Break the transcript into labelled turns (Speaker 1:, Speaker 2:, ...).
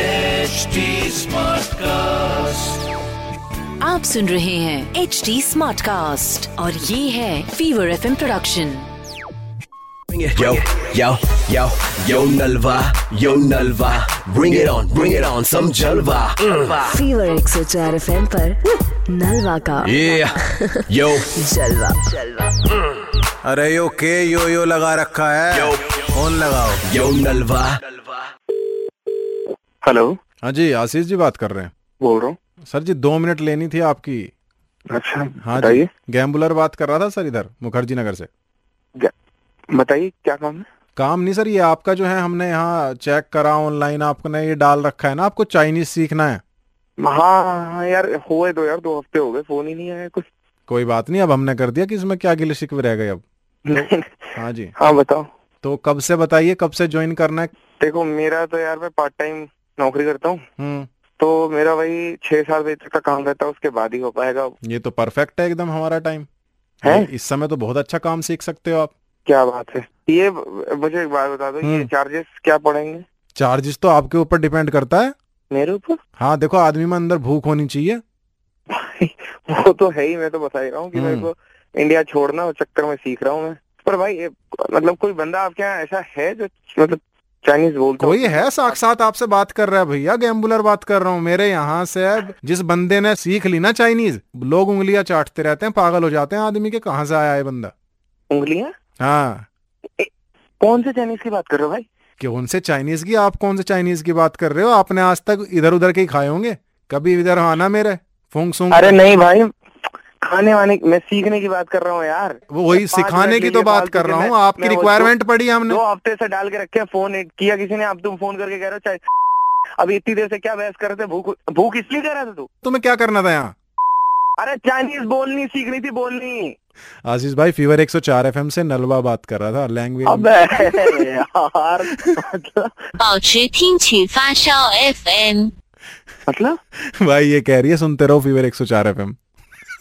Speaker 1: HD Smartcast.
Speaker 2: आप सुन रहे हैं एच डी स्मार्ट कास्ट और ये है Fever F production
Speaker 3: Yo, yo, yo, yo Nalva, yo Nalva, bring it on, bring it on, some Jalva. Mm.
Speaker 2: Fever एक सौ चार एफ एम नलवा का
Speaker 3: Yeah, yo,
Speaker 2: जलवा जलवा
Speaker 4: अरे यो के यो यो लगा रखा है फोन लगाओ
Speaker 3: yo Nalva.
Speaker 5: हेलो
Speaker 4: हाँ जी आशीष जी बात कर रहे हैं
Speaker 5: बोल रहा हूँ
Speaker 4: सर जी दो मिनट लेनी थी आपकी
Speaker 5: अच्छा
Speaker 4: हाँ जी
Speaker 5: बताइए
Speaker 4: गैम्बुलर बात कर रहा था सर इधर मुखर्जी नगर से
Speaker 5: क्या- बताइए क्या काम है
Speaker 4: काम नहीं सर ये आपका जो है हमने यहाँ चेक करा ऑनलाइन आपने ये डाल रखा है ना आपको चाइनीज सीखना है
Speaker 5: हाँ हाँ यार हुए दो यार दो हफ्ते हो गए फोन ही नहीं आया कुछ
Speaker 4: कोई बात नहीं अब हमने कर दिया कि इसमें क्या गिले शिकवे रह गए अब
Speaker 5: नहीं
Speaker 4: हाँ जी
Speaker 5: हाँ बताओ
Speaker 4: तो कब से बताइए कब से ज्वाइन करना है
Speaker 5: देखो मेरा तो यार मैं पार्ट टाइम नौकरी करता हूँ
Speaker 4: हम्म
Speaker 5: तो मेरा वही छह सात बजे तक का काम रहता है उसके बाद ही हो पाएगा
Speaker 4: ये तो परफेक्ट है एकदम हमारा टाइम
Speaker 5: है
Speaker 4: इस समय तो बहुत अच्छा काम सीख सकते हो आप
Speaker 5: क्या बात है ये ब- मुझे एक बात बता दो ये
Speaker 4: हम्म।
Speaker 5: चार्जेस क्या पड़ेंगे
Speaker 4: चार्जेस तो आपके ऊपर डिपेंड करता है
Speaker 5: मेरे ऊपर
Speaker 4: हाँ देखो आदमी में अंदर भूख होनी चाहिए
Speaker 5: वो तो है ही मैं तो बता ही रहा हूँ कि मेरे
Speaker 4: हम्म।
Speaker 5: को इंडिया छोड़ना उस चक्कर में सीख रहा हूँ मैं पर भाई ये- मतलब कोई बंदा आपके यहाँ ऐसा है जो मतलब चाइनीज बोलता हो?
Speaker 4: कोई तो है साक्षात आपसे बात कर रहा है भैया गैम्बुलर बात कर रहा हूँ मेरे यहाँ से अब जिस बंदे ने सीख ली ना चाइनीज लोग उंगलियां चाटते रहते हैं पागल हो जाते हैं आदमी के कहाँ से आया है बंदा
Speaker 5: उंगलियां
Speaker 4: हाँ
Speaker 5: कौन से चाइनीज की बात कर रहे हो भाई
Speaker 4: कि उनसे चाइनीज की आप कौन से चाइनीज की बात कर रहे हो आपने आज तक इधर उधर के ही खाए होंगे कभी इधर आना मेरे फूंग सूंग
Speaker 5: अरे नहीं भाई खाने वाने मैं सीखने की बात कर रहा हूँ यार
Speaker 4: वो वही
Speaker 5: मैं पाँच
Speaker 4: सिखाने
Speaker 5: मिनट
Speaker 4: की
Speaker 5: के
Speaker 4: तो
Speaker 5: लिए
Speaker 4: बात
Speaker 5: फालतू
Speaker 4: कर
Speaker 5: के
Speaker 4: रहा
Speaker 5: मैं-
Speaker 4: हूँ आपकी
Speaker 5: मैं वो
Speaker 4: रिक्वायरमेंट पड़ी
Speaker 5: दो,
Speaker 4: हमने
Speaker 5: दो हफ्ते से डाल के रखे हैं, फोन नहीं किया किसी ने अब तुम फोन करके कह रहे हो चाहे अभी इतनी देर से क्या बहस कर रहे थे भूख भूख इसलिए कह रहा था तू
Speaker 4: तुम्हें क्या करना था यहाँ
Speaker 5: अरे चाइनीज बोलनी सीखनी थी बोलनी
Speaker 4: आशीष भाई फीवर 104 एफएम से नलवा बात कर रहा था लैंग्वेज
Speaker 5: अबे यार मतलब
Speaker 6: 保持听取发烧 FM。
Speaker 5: मतलब
Speaker 4: भाई ये कह रही है सुनते रहो फीवर 104 एफएम